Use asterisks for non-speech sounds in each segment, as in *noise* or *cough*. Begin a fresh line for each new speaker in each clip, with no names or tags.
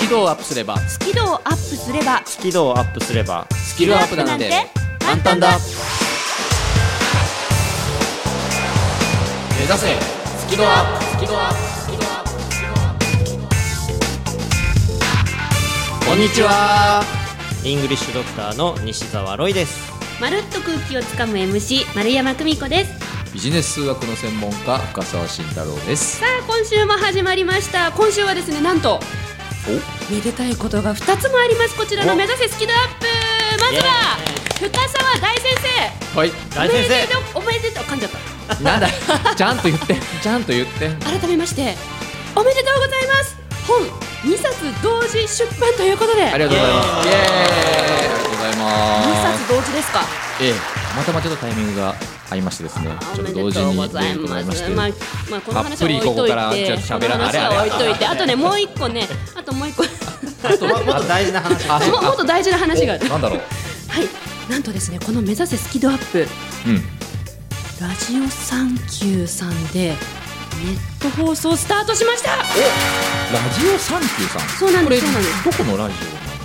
キ度をアップすれば
スキルをアップすれば
スキルをアップすれば
スキルアップなんて簡単だ目指せスキルアップスキルアップスキルアップスキルアップこんにちは
イングリッシュドクターの西澤ロイです
まるっと空気をつかむ MC 丸山久美子です
ビジネス数学の専門家深澤慎太郎です
さあ今週も始まりました今週はですねなんとめでたいことが2つもありますこちらの
お
目指せスキルアップまずは深澤大先生
はい
大
おめ
先生
でとうおめでとう噛んじゃった
なんだちゃんと言ってちゃんと言って
改めましておめでとうございます本2冊同時出版ということで
ありがとうございますイエーイありがとうございます
2冊同時ですか
ええ、またまたちょっとタイミングが合いましてですね
あ、
ちょ
お
っ
め
と
で
同時
とう
に
ござい
と
ま
い
す。ま
ま
あ
して、
まあこの
たっ
話
ぷ
は
り
置いと
ここ
い
から
て、
ちょっと喋ら
この話は
あれあれ
置いといて、あとねもう一個ね、あともう一個、
あと
もっと大事な話
あ
ももっと大事な話がある。
なんだろう、
はい、なんとですねこの目指せスキドアップ
うん、
ラジオサンキューさんでネット放送スタートしました。
ラジオサンキューさん、
そうなん
こ
で
れ
すそうなんで
どこのラジ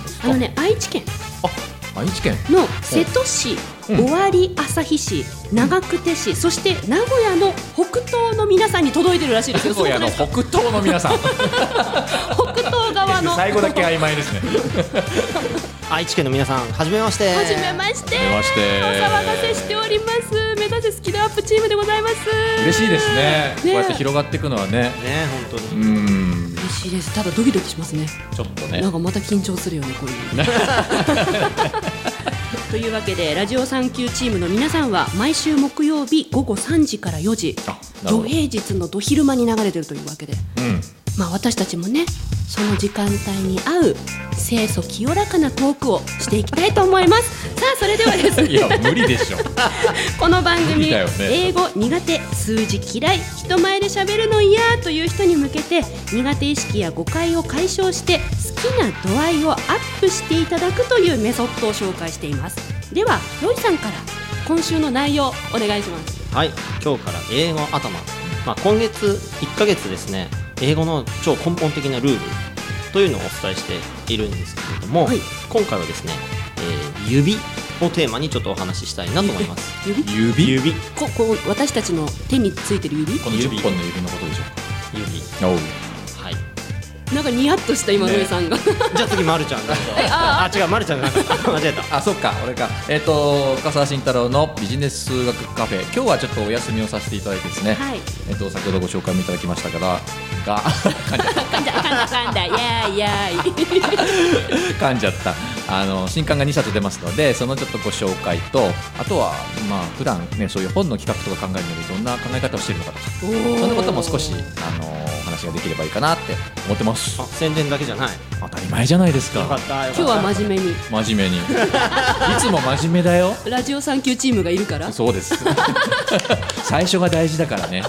オなんです
あ
か
のね愛知県
あ愛知県
の瀬戸市、
うん
尾張旭市、長久手市、そして名古屋の北東の皆さんに届いてるらしいですよ。
名古屋の
すご
北東の皆さん
くないですか北東側の。
後だけ曖昧ですね
愛知県の皆さんはじめまして
はじめまして。
はじめまして
お騒がせしております。目指せスキルアップチームでございます。
嬉しいですねこう
ね
やって広がっていくのはね
ね本当
う
に
ん
嬉しいです。ただドキドキしますね。
ちょっとね
なんかまた緊張するよねこういう
*laughs*
の。 *laughs* というわけでラジオ産休チームの皆さんは毎週木曜日午後3時から4時
あなる
土
ほど
平日の土昼間に流れてるというわけで
うん
まあ私たちもねその時間帯に合う清楚清らかなトークをしていきたいと思いますさあそれではですね
*laughs* いや無理でしょ
この番組、
無理だよね
英語苦手数字嫌い人前で喋るの嫌という人に向けて苦手意識や誤解を解消して好きな度合いをアップしていただくというメソッドを紹介していますではロイさんから今週の内容お願いします
はい今日から英語頭まあ今月1ヶ月ですね英語の超根本的なルールというのをお伝えしているんですけれども、
はい
今回はですね、えー指をテーマにちょっとお話ししたいなと思います
指
指
指
ここう私たちの手についてる指
この10本の指のことでしょう
指
かおう
はい
なんかニヤッとした今ロイさんが、
じゃあ次
*laughs*
まるちゃんがあ違うまるちゃんが間違えた
あそっか俺かえっ、と深澤慎太郎のビジネス数学カフェ今日はちょっとお休みをさせていただいてですね、
はい
えっ、と先ほどご紹介もいただきましたからが *laughs*
噛んだ噛んだ噛ん *laughs* だいやーいやーい
噛んじゃったあの新刊が2冊出ますのでそのちょっとご紹介とあとはまあ普段ねそういう本の企画とか考えるのでどんな考え方をしているのかとか
おー
そんなことも少しあのお話ができればいいかなって思ってます
あ宣伝だけじゃない
当たり前じゃないです
よかったよかった
今日は真面目に
真面目にいつも真面目だよ
ラジオ産休チームがいるから
そうです *laughs* 最初が大事だからね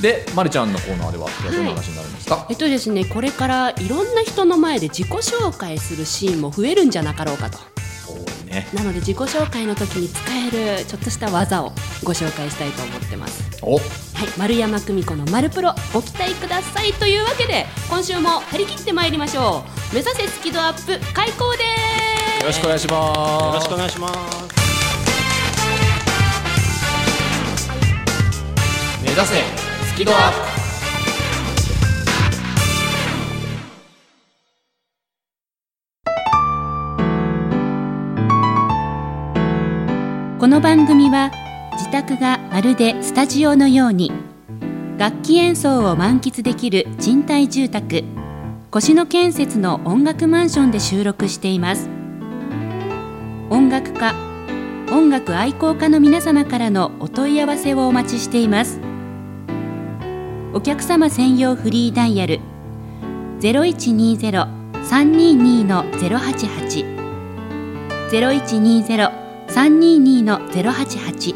で、ま、るちゃんのコーナーではどんな話になるんですか、
えっとですね、これからいろんな人の前で自己紹介するシーンも増えるんじゃなかろうかと
多いね
なので自己紹介の時に使えるちょっとした技をご紹介したいと思ってます
お
はい、丸山久美子の「丸プロ」ご期待くださいというわけで今週も張り切ってまいりましょう目指せスキドアップ開講で
よろしくお願いします
よろしくお願いします
目指せスキドアッ
すこの番組は自宅がまるでスタジオのように楽器演奏を満喫できる賃貸住宅越野建設の音楽マンションで収録しています音楽家音楽愛好家の皆様からのお問い合わせをお待ちしていますお客様専用フリーダイヤル0120-322-088 0120-322-088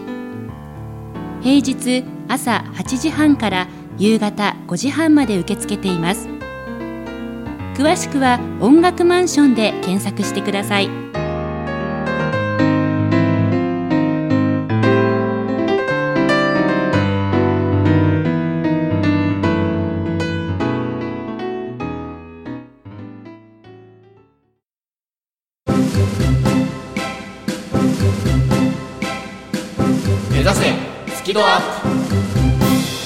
平日朝8時半から夕方5時半まで受け付けています詳しくは音楽マンションで検索してください
キドアップ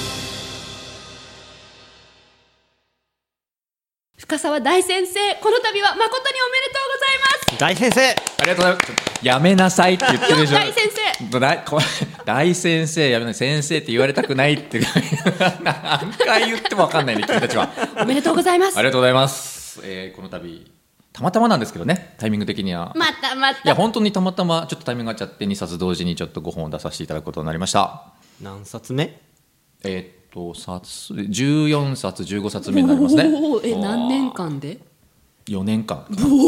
深沢大先生この度は誠におめでとうございます
大先生
ありがとうございますちょっとやめなさいって言ってるでしょ
大先生
大こ *laughs* 大先生やめない先生って言われたくないって何回言っても分かんないね君たちは
おめでとうございます
ありがとうございます、えーこの度たまたまなんですけどねタイミング的には、
またま
いや
た
本当にたまたまちょっとタイミングが合っちゃって2冊同時にちょっと5本を出させていただくことになりました
何冊目
えーっと冊14冊15冊目になりますね
おーえ何年間で
4年間
ブ
や
オ
まあま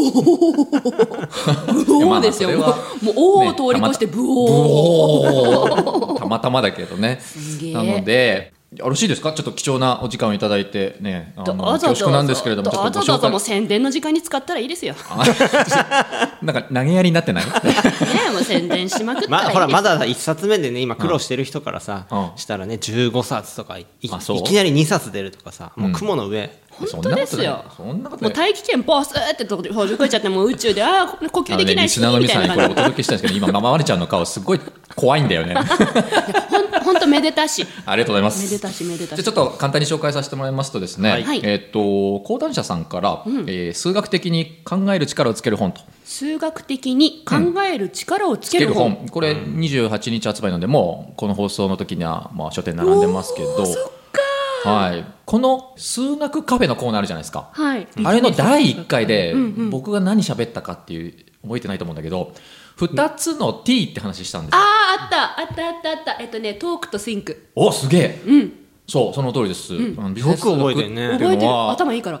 ー
あ
ですよ
それ
も
は
う王を
ね
通り越して
た
ブ
ま
オー
ブオーたまたまだけどね
げえ
なのでよろしいですかちょっと貴重なお時間をいただいてねあ
どう
の
ぞ
恐
どうぞ
縮なんですけれどもちょっと
ど
ご
うぞどう
紹
ぞもう
介
宣伝の時間に使ったらいいですよね
なんか投げやりにな
*laughs*
ってない
えもう宣伝しまくったらい
ま
いです
ほらまだ1冊目でね今苦労してる人からさ、
うん
したらね15冊とかいい
あそう
いきなり2冊出るとかさもううん雲の上、
本当ですよ
そんなことな
もう
い
大気圏ポスってとこで補助えちゃってもう宇宙でああ呼吸
あのね、
できない
リ
し
スナーの
み
皆さん
た
に
いな
これお
感
届けしたいんですけど、今、ままわれちゃんの顔、すごい怖いんだ
*laughs*
よね。
じ本当めでたし
ありがとうございま
め
す。
で
じゃ
たしめでた
あ
し
ちょっと簡単に紹介させてもらいますとですね、
はい
えっ、と講談社さんから、えー数学的に考える力をつける本と
数学的に考える力をつける本、
これ28日発売なのでもうこの放送の時にはまあ書店並んでますけどはい、この数学カフェのコーナーあるじゃないですか、
はい
あれの第1回で僕が何喋ったかっていう覚えてないと思うんだけど2つの T って話したんですよ
あああったあったあったあったえっとねトークとシンク
おすげえ
うん
そうその通りです、あのビジ
よ
ネ
く
ス数学
覚えてるね
っ
で
てい
覚え
う
て
の
る
は
頭いいから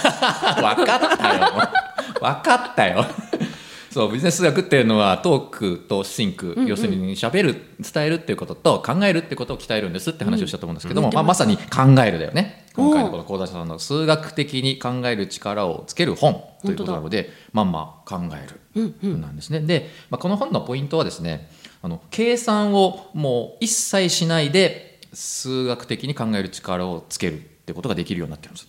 分かったよ *laughs* 分かったよ *laughs* そうビジネス数学っていうのはトークとシンク、要するに喋る伝えるっていうことと考えるってことを鍛えるんですって話をしたと思うんですけども、まあ、まさに考えるだよね今回のこの講談社さんの数学的に考える力をつける本ということなのでまんま考えるなんですね。で、まあ、この本のポイントはですねあの計算をもう一切しないで数学的に考える力をつけるってことができるようになってるんです。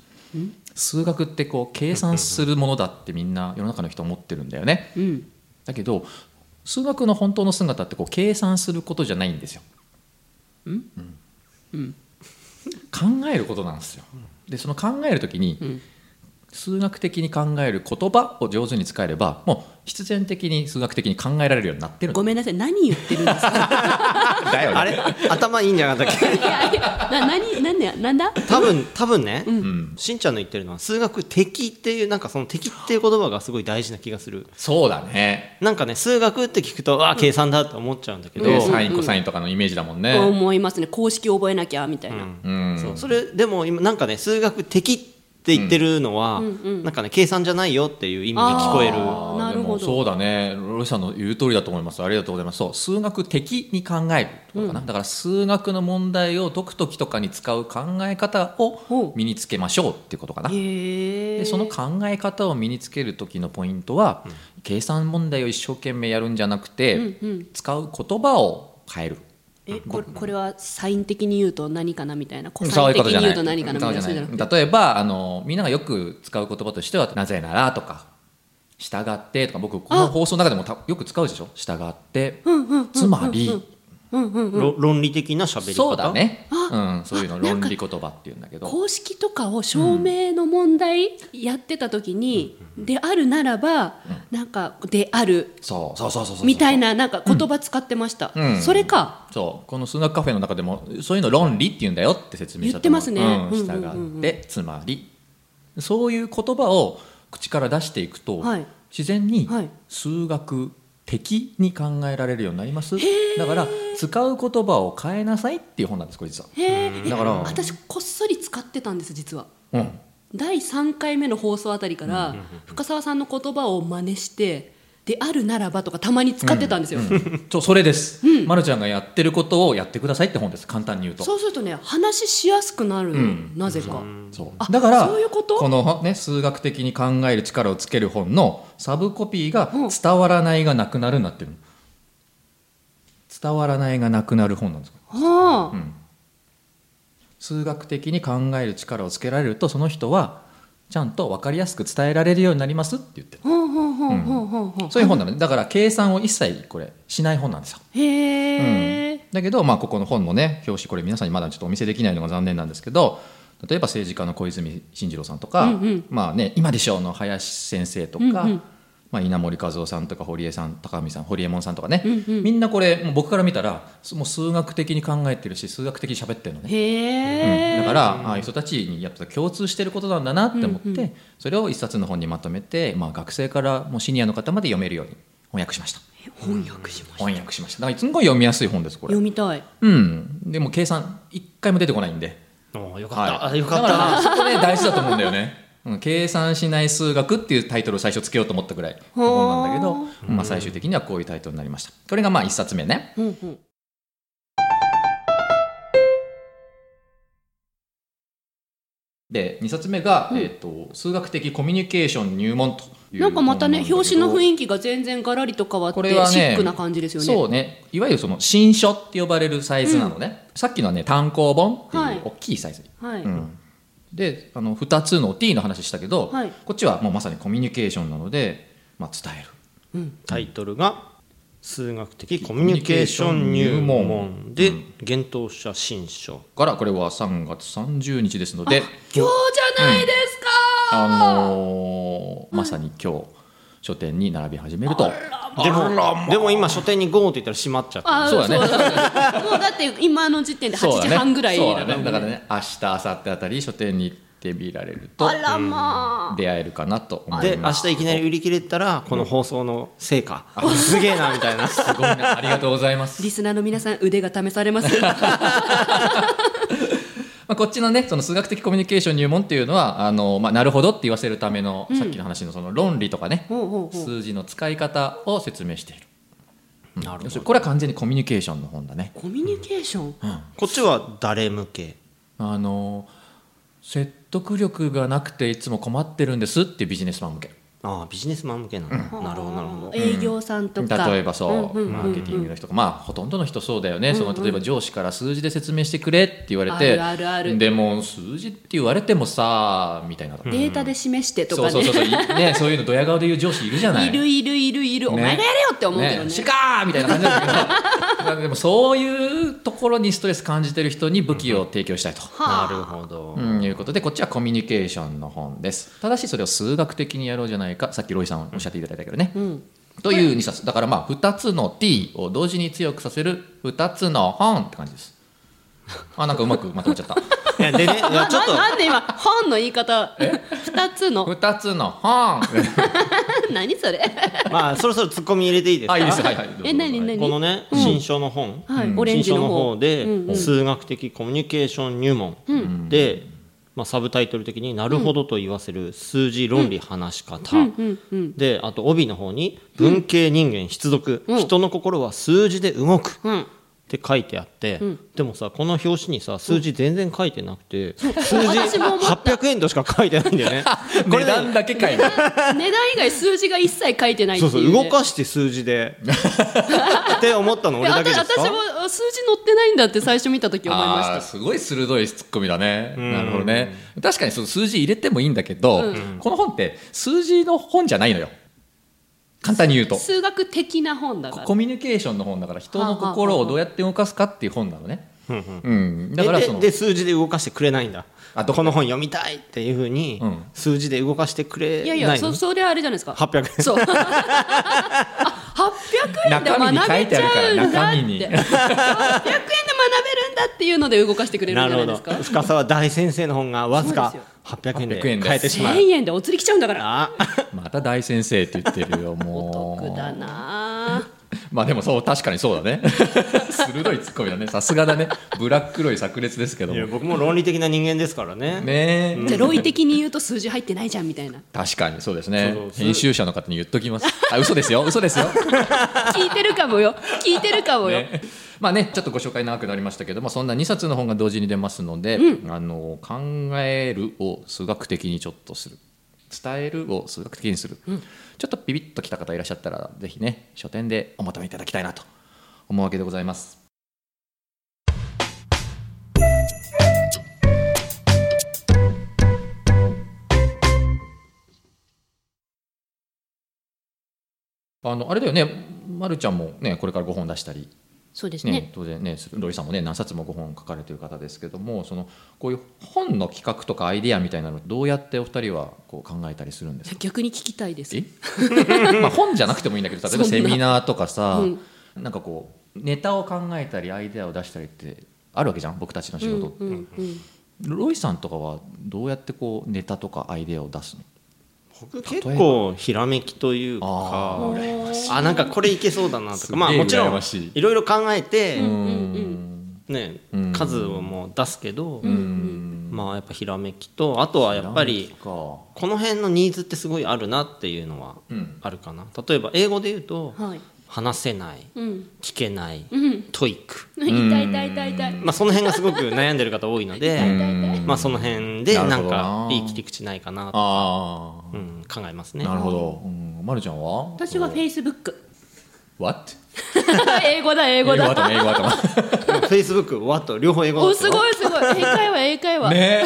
数学ってこう計算するものだってみんな世の中の人思ってるんだよね。
うん
だけど数学の本当の姿ってこう計算することじゃないんですよ。うん考えることなんですよ。でその考える時に、数学的に考える言葉を上手に使えればもう必然的に数学的に考えられるようになってるん
ごめんなさい何言っ
*laughs*
てるんですか
だよね。
あれ頭いいんじゃなかったっけ
*laughs*
いやいやな何何だなんだ
多分多分ね、しんちゃんの言ってるのは数学的っていうなんかその的っていう言葉がすごい大事な気がする
そうだね。
なんかね数学って聞くとあ計算だと思っちゃうんだけど、
でサインコサインとかのイメージだもんね。
思いますね公式覚えなきゃみたいな、
うん
そうそれでも今なんかね数学的って言ってるのは、なんかね計算じゃないよっていう意味に聞こえる
あーなるほど
でもそうだねロイさんの言う通りだと思いますありがとうございますそう数学的に考えるってことかな、だから数学の問題を解く時とかに使う考え方を
ほう
身につけましょうっていうことかな、
へえ
でその考え方を身につける時のポイントは、計算問題を一生懸命やるんじゃなくて、
うんうん
使う言葉を変える
えこれこれはサイン的に言うと何かなみたいなコ
そ
サ
う
イ
い
ン
う
的
ことじ
に
ゃないう
言と何かなみたいなそうじゃなくて
例えばあのみんながよく使う言葉としては「なぜなら」とか「従って」とか僕この放送の中でもたよく使うでしょ「従って」つまり
ろ論理的な喋り方
そうだね、うん、そういうの論理言葉っていうんだけど
公式とかを証明の問題やってた時に、であるならば、なんかである
そうそうそうそうそう
みたいななんか言葉使ってました、
うん
それか
そうこの数学カフェの中でもそういうの論理って言うんだよって説明したと思う
言ってますね
うん
うんうんう
従っ
ん
てつまりそういう言葉を口から出していくと、
はい
自然に
はい
数学的に考えられるようになります、だから使う言葉を変えなさいっていう本なんですこれ実は、
へえ
だから
え私こっそり使ってたんです実は
うん、 *laughs*
第3回目の放送あたりから、深澤さんの言葉を真似してであるならばとかたまに使ってたんですよ、
そうそれです、まるちゃんがやってることをやってくださいって本です簡単に言うと
そうするとね話ししやすくなるの、
ん
なぜか、
そうだから
そういうこと
の、ね、数学的に考える力をつける本のサブコピーが「伝わらないがなくなる」になってるの伝わらないがなくなる本なんですよ
はあ、
数学的に考える力をつけられるとその人はちゃんと分かりやすく伝えられるようになりますって言ってる
ほうほうほうほうほうほう
そういう本なのねだから計算を一切これしない本なんですよ
へえ、
だけど、まあ、ここの本のね表紙これ皆さんにまだちょっとお見せできないのが残念なんですけど例えば政治家の小泉進次郎さんとか、
うんうん
まあね、今でしょうの林先生とか、
うんうん
まあ、稲森和夫さんとか堀江さん高見さん堀江門さんとかね、
うんうん
みんなこれもう僕から見たらすもう数学的に考えてるし数学的に喋ってるのね。うん
へえ、
だからああいう人たちにやっぱ共通してることなんだなって思って、
うんうん
それを一冊の本にまとめて、まあ、学生からもうシニアの方まで読めるように翻訳しました
翻訳しました
翻訳しましただからすんごい読みやすい本ですこれ
読みたい
うんでも計算一回も出てこないんで
おーよかった、
は
あ
い
よかっ
だからま
た
あそこね大事だと思うんだよね、うん、計算しない数学っていうタイトルを最初つけようと思ったぐらいの本なんだけ
ほ
ど、まあ、最終的にはこういうタイトルになりましたこれがまあ一冊目ね
うんうん
で2冊目が、
うん
えーと「数学的コミュニケーション入門」という
なんかまたね
本なんだ
表
け
紙
ど
の雰囲気が全然ガラリと変わって、
これはね
シックな感じですよね
そうねいわゆるその新書って呼ばれるサイズなのね、さっきのはね単行本って
はい
いう大きいサイズ、
はい、
うん、であの2つの T の話したけど、
はい
こっちはもうまさにコミュニケーションなので、まあ、伝える
タイトルが「数学的コミュニケーション入門」で「幻冬者新書
からこれは3月30日ですので
今日じゃないですか、
あ、のーまさに今日書店に並び始めると」
でもでも今書店にゴーって言ったら閉まっちゃった
あ
そうだね
だもうだって今の時点で8時半ぐらい
そう
だ
だ
か
ねそ
ら
うだねだからね明日明後日あたり書店に行ってみられると
あらまあ、
出会えるかなと思
で
い
明
ます
日いきなり売り切れたらこの放送の成果、すげえなみ
*laughs*
たいな
すごいねありがとうございます
リスナーの皆さん腕が試されます
*laughs* まあ、こっちのねその数学的コミュニケーション入門っていうのはあの、まあ、なるほどって言わせるための、さっきの話のその論理とかね、
ほうほうほう
数字の使い方を説明している
なる
要するにこれは完全にコミュニケーションの本だね
コミュニケーション
こっちは誰向け
あの説得力がなくていつも困ってるんですっていうビジネスマン向け
ああビジネスマン向けなの、なるほどなるほど
営業さんとか
例えばそう、
うんうんうん
マーケティングの人とかまあほとんどの人そうだよね、その例えば上司から数字で説明してくれって言われて
あるあるある
でも数字って言われてもさみたいな、
データで示してとか
そう
ね
そうそうそういねそういうのドヤ顔で言う上司いるじゃない
いるいるいるいる、お前がやれよって思うけどね
シカーみたいな感じなんだけどでもそういうところにストレス感じてる人に武器を提供したいと、
はあ
なるほど、
うんいうことでこっちはコミュニケーションの本ですただしそれを数学的にやろうじゃないかさっきロイさんおっしゃっていただいたけどね、という2冊だからまあ2つの T を同時に強くさせる2つの本って感じですあなんかうまくまとまっちゃった
いやでねいやちょっと
ななんで今本の言い方二つ
*laughs*
の
2つの
*laughs*
本
何それ
まあそろそろツッコミ入れていいですか
あいいですはいはいどうぞ
え何何
このね、新書の本、
はいオレンジ
新書の
の方
方で、
うん
数学的コミュニケーション入門、で、まあ、サブタイトル的に「なるほど」と言わせる数字論理話し方、
うんうんうん
であと帯の方に「文系人間必読、
ん
人の心は数字で動く」
うん
って書いてあって、でもさこの表紙にさ数字全然書いてなくて、数字
私も思った
800円としか書いてないん
*laughs*
だよね
値段だけかいな
値段以外数字が一切書いてないって
そう
いう、
そ
ね、
う動かして数字で *laughs* って思ったの
で
俺だけですか
あた私もあ数字載ってないんだって最初見た時思いま
あー
し
すごい鋭いツッコミだね、なるほどね確かにその数字入れてもいいんだけど、この本って数字の本じゃないのよ簡単に言う
た
と
数学的な本だから
コミュニケーションの本だから人の心をどうやって動かすかっていう本なのね、うん、だから
で
その
で数字で動かしてくれないんだ
あど
この本読みたいっていうふうに、
うん
数字で動かしてくれない
いやいや
の
そそれはあれじゃないですか
800円
そうあ800円で学べちゃ
中
うんだって
身に書いてあるから中身に
800円で学べるんだっていうので動かしてくれるんじゃないですか
深沢大先生の本がわずか
そうで
800円で
800円です
買えてしまう
1000円でお釣り来ちゃうんだから
あ
また大先生って言ってるよ
お得だ
も
なあ
うまあでもそう確かにそうだね鋭いツッコミだねさすがだねブラックロイ炸裂ですけど
い
も
や僕も論理的な人間ですからね
ねえ、
じゃあロイ的に言うと数字入ってないじゃんみたい *laughs* な
確かにそうですね
そうそう
編集者の方に言っときますあ嘘ですよ嘘ですよ
聞いてるかもよ聞いてるかもよ、
ね、まあねちょっとご紹介長くなりましたけど、まあ、そんな2冊の本が同時に出ますので「あの考える」を数学的にちょっとする「伝える」を数学的にする、ちょっとビビッときた方いらっしゃったらぜひね書店でお求めいただきたいなと思うわけでございます。あのあれだよね、ま、るちゃんもねこれから5本出したり
そうです
ね
ね。
当然ねロイさんもね何冊もご本書かれてる方ですけどもそのこういう本の企画とかアイディアみたいなのどうやってお二人はこう考えたりするんですか
逆に聞きたいです。
え *laughs* まあ本じゃなくてもいいんだけど例えば
*laughs* そん
セ
な
ミナーとかさ
うん
な,、ん、かこうネタを考えたりアイデアを出したりってあるわけじゃん僕たちの仕事って、
うんうんうん
ロイさんとかはどうやってこうネタとかアイデアを出すの
僕結構ひらめきという
あ
か
ー
羨ましい
あなんかこれいけそうだなと
す
か
げえ
まあもちろ
羨
ん
ましい
いろいろ考えて、
うん
うん
ね
うん
数をもう出すけど、
うんうん
まあやっぱひらめきとあとはやっぱり
ひらめ
この辺のニーズってすごいあるなっていうの
き
は
かうん
あるかな例えば英語で言うと
はい。
話せない
うん。
聞けない
うん。
トイック、
痛い痛い痛い痛い。
まあ、その辺がすごく悩んでる方多い
*laughs*
の
う
で、
ん
まあ、その辺で
な
な
るほ
ん
どな
かいい切り口ないかなと、
ああ
うん、考えますね
なるほど、うん、まるちゃんは
私はフェイスブック。 *laughs*
What?
英語だ英
英
語
語
だ。
頭英語頭
Facebook わっと両方英語だ
お
った
す
よ
ごいすごい。英会話英会話。
ねえ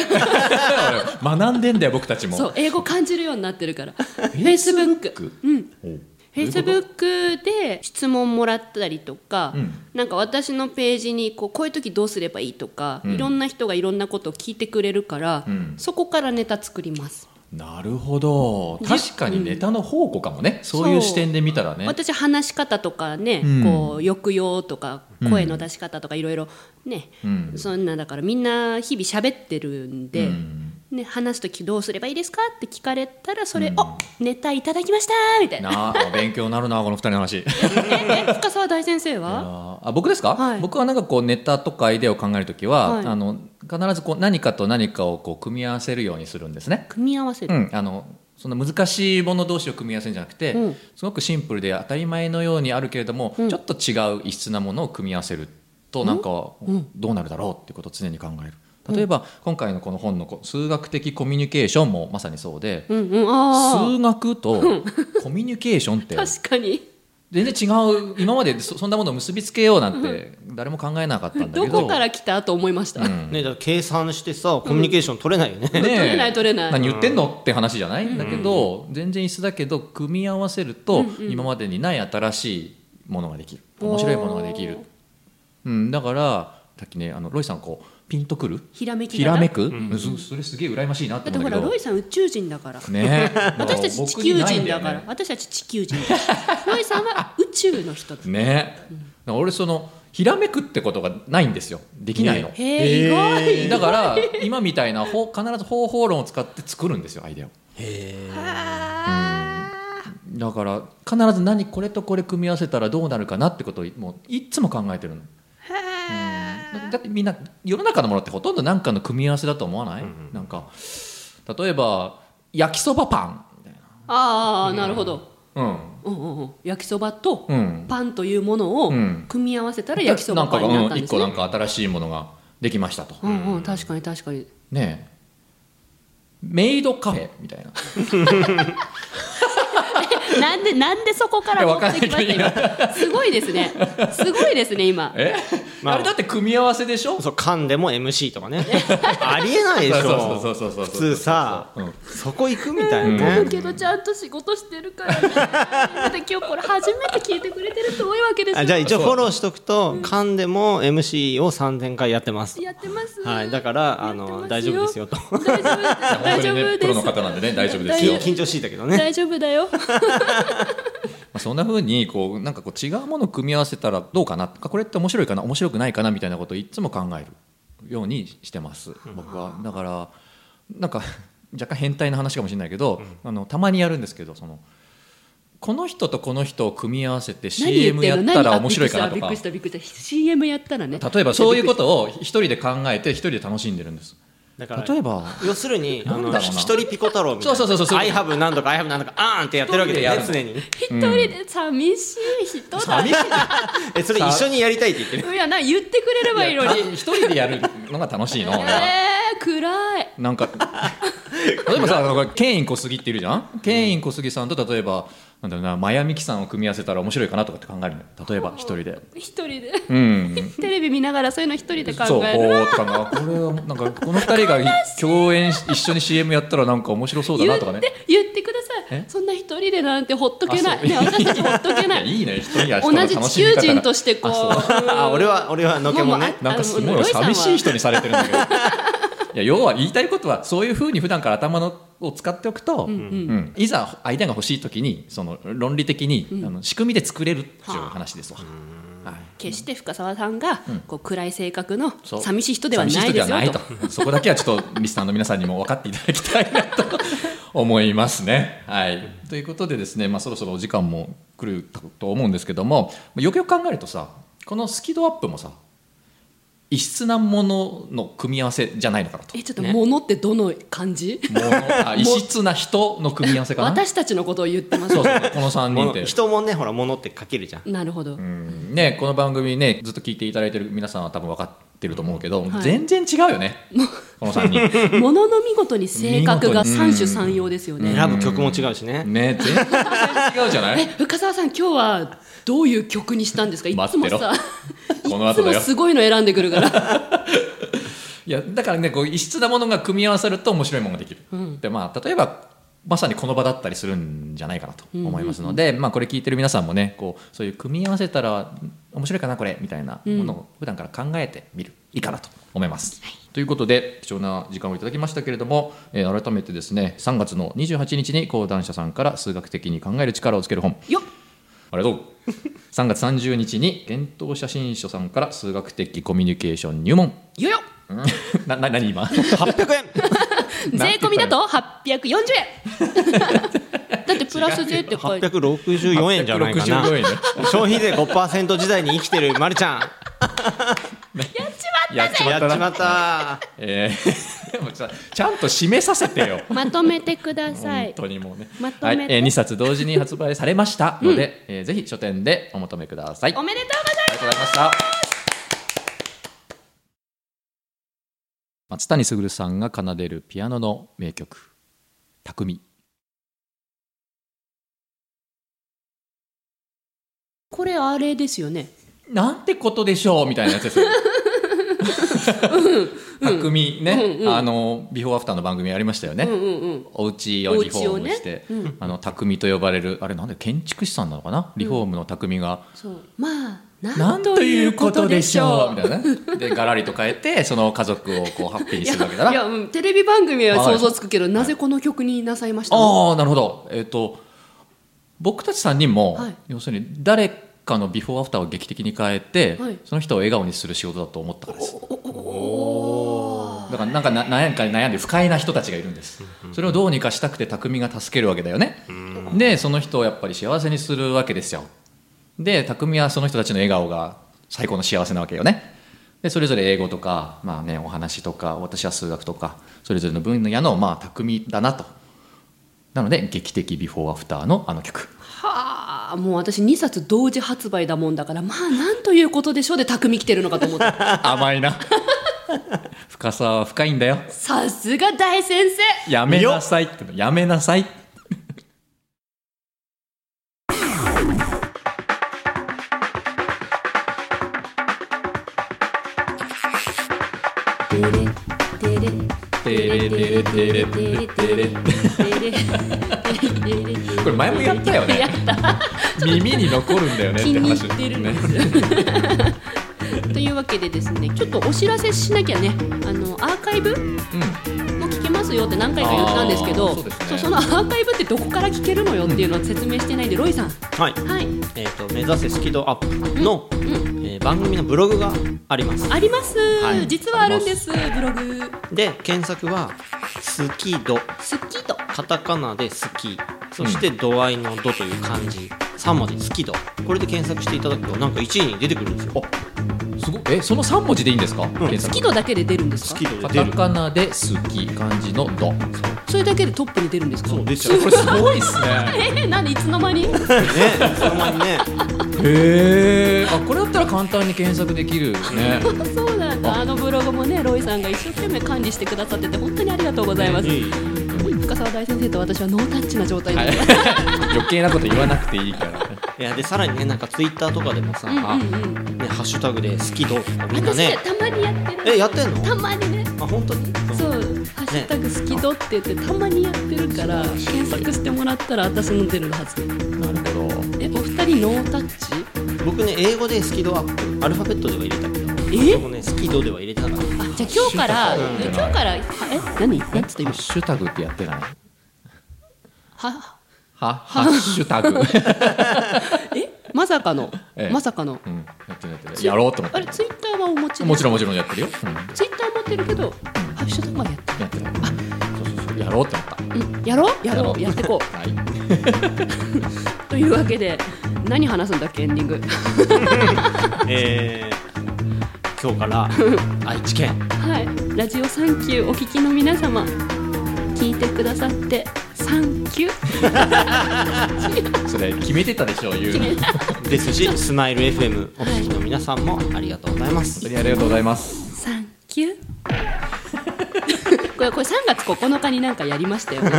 *laughs* 学んでんだよ僕たちも
そう英語感じるようになってるから。フェイスブック。うん。
おう
フェイスブックで質問もらったりとか、
うん
なんか私のページにこうこういう時どうすればいいとか、
うん
いろんな人がいろんなことを聞いてくれるから、
うん
そこからネタ作ります、
なるほど
じ
確かにネタの宝庫かもね、そういう視点で見たらね
私話し方とかね、
うん
こう抑揚とか
うん
声の出し方とかいろいろね、
うん
そんなだからみんな日々喋ってるんで、
うん
ね、話す時どうすればいいですかって聞かれたらそれ、おネタいただきましたみたいな
なあ勉強になるなこの二人の話
*laughs* ええ深澤大先生は
あ僕ですか、
はい
僕はなんかこうネタとかアイデアを考えるときは、
はい
あの必ずこう何かと何かをこう組み合わせるようにするんですね
組み合わせる、
うん、あのそんな難しいもの同士を組み合わせるんじゃなくて、
うん
すごくシンプルで当たり前のようにあるけれども、
ん
ちょっと違う異質なものを組み合わせるとなんかどうなるだろうってことを常に考える。例えば今回のこの本のこう数学的コミュニケーションもまさにそうで、
うんうん、あー
数学とコミュニケーションって
*laughs* 確かに
全然違う今までそそんなものを結びつけようなんて誰も考えなかったんだ
ど
けど
こから来たと思いました、
うん
ね、だから計算してさコミュニケーション取れないよね、
ねえ
取れない取れない
何言ってんのって話じゃないんだけど、全然一緒だけど組み合わせると、今までにない新しいものができる面白いものができる、うん、だからさっきねあのロイさんこうピンとくる
ひらめき
ひ
が
ら
な
めく、うんそそれすげえ羨ましいなって
だって
思うんだ
ほ
け
ら
ど
ロイさん宇宙人だから
ねえ
私たち地球人
僕にない
だから
んよね
私たち地球人だしロイさんは宇宙
*laughs*
の人だ
ねえだから俺そのひらめくってことがないんですよできないの、
へえ意
へ
外
だから今みたいなほう必ず方法論を使って作るんですよアイデアをだから必ず何これとこれ組み合わせたらどうなるかなってことをもういっつも考えてるの、うんだってみんな世の中のものってほとんど何かの組み合わせだと思わない、なんか例えば焼きそばパンみたい
ああなるほど、
な
うんうんうん、焼きそばと
うんうん
パンというものを
うん
組み合わせたら焼きそばパンにな
な
っ
んか
た
うんん
で
一
す
個な
ね
んか新しいものができましたと、
うんうん確かに確かに
ねえメイドカフェみたいな
なんでなんでそこから持ってきま
いや *laughs* わ
した今すごいですねすごいですね今 *laughs*
え、
まあ
あれだって組み合わせでしょ
そう噛んでも MC と
*laughs*
かねありえないでし
そうそう
ょ
そうそうそうそう
普通さ、
うん
そこ行くみたいな
だ
ね、
けどちゃんと仕事してるか
*laughs*
らねだって今日これ初めて聞いてくれてる人多いわけで
*laughs*
す
あ
よ
じゃあ一応フォローしとくと噛んでも MC を3000回やってます
やってます
はいだからあの大丈夫ですよと *laughs*
大丈夫です
本
大
当
丈
にね
夫
プ
で
ロ
す
の方なんでね大丈夫です
大丈
よ
夫
緊張しいだけどね
大丈夫だよ
まあ、そんな風にこうなんかこう違うものを組み合わせたらどうかなこれって面白いかな面白くないかなみたいなことをいつも考えるようにしてます僕はだからなんか *laughs* 若干変態な話かもしれないけど、あのたまにやるんですけどそのこの人とこの人を組み合わせて CM やったら面白いかなと
びっ
か
くりしたびっくりしたびっくりした CM やったらね
例えばそういうこととを一人で考えて一人で楽しんでるんです
だから
例えば
要するにあ
なんだろう
の
な
一人ピコ太郎みたいな
そうそうそうそう
アイハブなんとかアイハブなんとかあーんってやってるわけでね
一人
常に
一人で寂しい人だ、
寂しい
えそれ一緒にやりたいって言ってる
いやな言ってくれればいいのに
一人でやるのが楽しいの
えー、暗い
なん
*laughs*
か例えばさあのケイン小杉っているじゃんケイン小杉さんと例えばなんだろうなマヤミキさんを組み合わせたら面白いかなとかって考えるのよ例えば一人で
一人で
うん
テレビ見ながらそういうの一人で考
そうこ
える
うとかなこれはなんかこの二人が共演し一緒に CM やったらなんか面白そうだなとかね
言って言ってください、
え
そんな一人でなんてほっとけな
あそ
い、
う
ね、私たちほっとけな
や
いい
いいね人には人
同
の
じ
楽
地
しみ
球
方が
人としてこううん
*laughs*
あ俺は俺はのけも
もうもう
ね
あ
なんかすご
あの
い
ロイさん
寂
は
しい人にされてるんだけ
*laughs*
どいや要は言いたいことはそういうふうに普段から頭のを使っておくと、うんいざアイデアが欲しい時にその論理的に、あの仕組みで作れるっていう話ですわ。はい
決して深澤さんがこう暗い性格の
そう
寂しい人ではないですよ
寂しい人
と
では
*laughs*
ないとそこだけはちょっとリスナーの皆さんにも分かっていただきたいなと *laughs* 思いますね。はい、ということでですね、まあ、そろそろお時間も来ると思うんですけどもよくよく考えるとさこのスキドアップもさ異質なものの組み合わせじゃないのかなと。
えちょっと
ね
物ってどの感じ、
ものあ異質な人の組み合わせかな。
私たちのことを言ってます
そうそうこの3人って
物人もねほら物って書けるじゃん
なるほど、
うんね、この番組ねずっと聞いていただいてる皆さんは多分分かってると思うけど、
はい
全然違うよねこの3人
物の見事に性格が三種三様ですよね、
選ぶ曲も違うしね
ね全然違うじゃない
え深澤さん今日はどういう曲にしたんですかいつも
待ってろ
さ
この
いつ
後だ
も
よ
すごいの選んでくる
*laughs*
から、
いやだからねこう異質なものが組み合わさると面白いものができる、でまあ、例えばまさにこの場だったりするんじゃないかなと思いますので、まあ、これ聞いてる皆さんもねこうそういう組み合わせたら面白いかなこれみたいなものを普段から考えてみる、いいかなと思います。ということで貴重な時間をいただきましたけれども、えー改めてですね3月の28日に講談社さんから数学的に考える力をつける本
よっ
あ *laughs* りがとう。3月30日に幻冬写真書さんから数学的コミュニケーション入門
よよ
うん *laughs* な、な、何今
800円
税込みだと840円だってプラス税って書いて
864円じゃないかな
864円ね
消費税5%時代に生きてるまるちゃん
やっちまっ
やったちま
な。
った
えー *laughs* もうちゃちゃんと締めさせて
*laughs*
よ。
まとめてくださ
本
い
当にもうね。
まとめて
はい、えー、2冊同時に発売されましたので、えーぜひ書店でお求めください。
お
あり
めでとう
がと
ござい
うございました。松谷卓さんが奏でるピアノの名曲「匠」。
これあれですよね
なんてことでしょうみたいなやつですよ。匠ね、あのビフォーアフターの番組やりましたよね、
うんうん
お家をリフォームして、
お家をねうん
あの匠と呼ばれるあれなんで建築士さんなのかなリフォームの匠が、
そうまあ
な
なんん
と
と
い
いうう
こ
ことと
で
で
し
し
ょ
ょ
う
う
みたいなねでガラリと変えてその家族をこうハッピーに
い
す
や
るわけだない
やうんテレビ番組は想像つくけど、なぜこの曲になさいましたの
ああなるほどえっ、と僕たち3人も、
はい
要するに誰かのビフォーアフターを劇的に変えて、
はい
その人を笑顔にする仕事だと思ったからですだからなんかな悩んか悩んで不快な人たちがいるんですそれをどうにかしたくて匠が助けるわけだよねでその人をやっぱり幸せにするわけですよで匠はその人たちの笑顔が最高の幸せなわけよねでそれぞれ英語とか、まあね、お話とか私は数学とかそれぞれの分野の、まあ、匠だなとなので劇的ビフォーアフターのあの曲
はあもう私2冊同時発売だもんだからまあなんということでしょうで匠来てるのかと思った
*laughs* 甘いな深さは深いんだよ
さすが大先生
やめなさいってやめなさいこれ前もやったよね
やった
耳に残るんだよねって
気に
話
入ってるん
ね
ですよというわけでですねちょっとお知らせしなきゃねあのアーカイブ
うん
もう聞けますよって何回か言ったんですけ
あー
ど
そうですね
そうそのアーカイブってどこから聞けるのよっていうのは説明してないんでロイさん
はい
はい
えっと目指せスキドアップの
う
えー番組のブログがあります
あります、
はい
実はあるんですブログ
で検索はスキド
スッキリと
カタカナでスキそして度合いの度という漢字3文字スキドこれで検索していただくとなんか1位に出てくるんですよ
すごいえその3文字でいいんですか、検
ス
索
キドだけで出るんですか
キド
カタカナで「好き」漢字の「ド」
それだけでトップに出るんですか
そう出ちゃう
これすごいっすね
えー、なんでいつ
*laughs*
の間に
ねその前にね
へえあこれだったら簡単に検索できるね
そうなんだあのブログもねロイさんが一生懸命管理してくださってて本当にありがとうございます、深澤大先生と私はノータッチな状態で、
*laughs* 余計なこと言わなくていいから
いやでさらにねなんかツイッターとかでもさ、あねハッシュタグでスキドみんな
私ね
ね
たまにやってる
えやってんの
たまにね
あ本当に
そうハッシュタグ好きどって言ってたまにやってるから検索してもらったら私の出るはず
なるほど
えお二人ノータッチ
僕ね英語でスキドアップアルファベットでは入れたけど
え
でもねスキドでは入れてなかった
あじゃあ今日から
うん
え今日からえ何
え
何つって
ハ
今
ッシュタグってやってないは
は
ハッシュ *laughs* タグ、
えまさかの、
ええ
まさかの
うん、やってないやってないやろうと思っ
あれ
て
ツイッターはお持ちで
もちろん
ん
もちろんやってるよ、うん、や
ツイッター持ってるけどハッシュタグまでやって
ってないそうそうそうやろうと思った
うんやろうやろうやってこ
はい、
うというわけで何話すんだっけエンディング
えー、今日から愛知県
はいラジオサンキューお聞きの皆様聞いてくださってサンキュー
それ決めてたでしょ言うの本
ですしスマイル FM お聞きの皆さんもありがとうございます
当にありがとうございます
サンキュー *laughs* これこれ3月9日になんかやりましたよね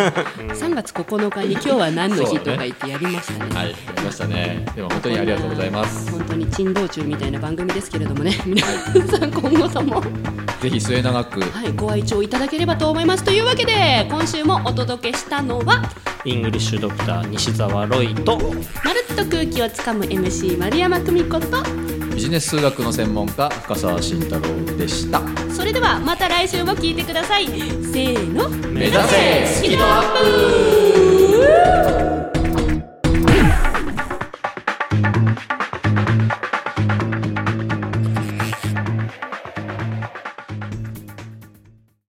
3月9日に今日は何の日とか言ってやりましたね
はい、やりましたね。でも本当にありがとうございます。
本当に珍道中みたいな番組ですけれどもね *laughs* 皆さん今後とも、
ぜひ末永く。
はい、ご愛聴いただければと思いますというわけで今週もお届けしたのは
イングリッシュドクター西澤ロイと
まるっと空気をつかむ MC 丸山久美子と
ビジネス数学の専門家深澤慎太郎でした。
それではまた来週も聞いてくださいせーの
目指せスキドア
ップ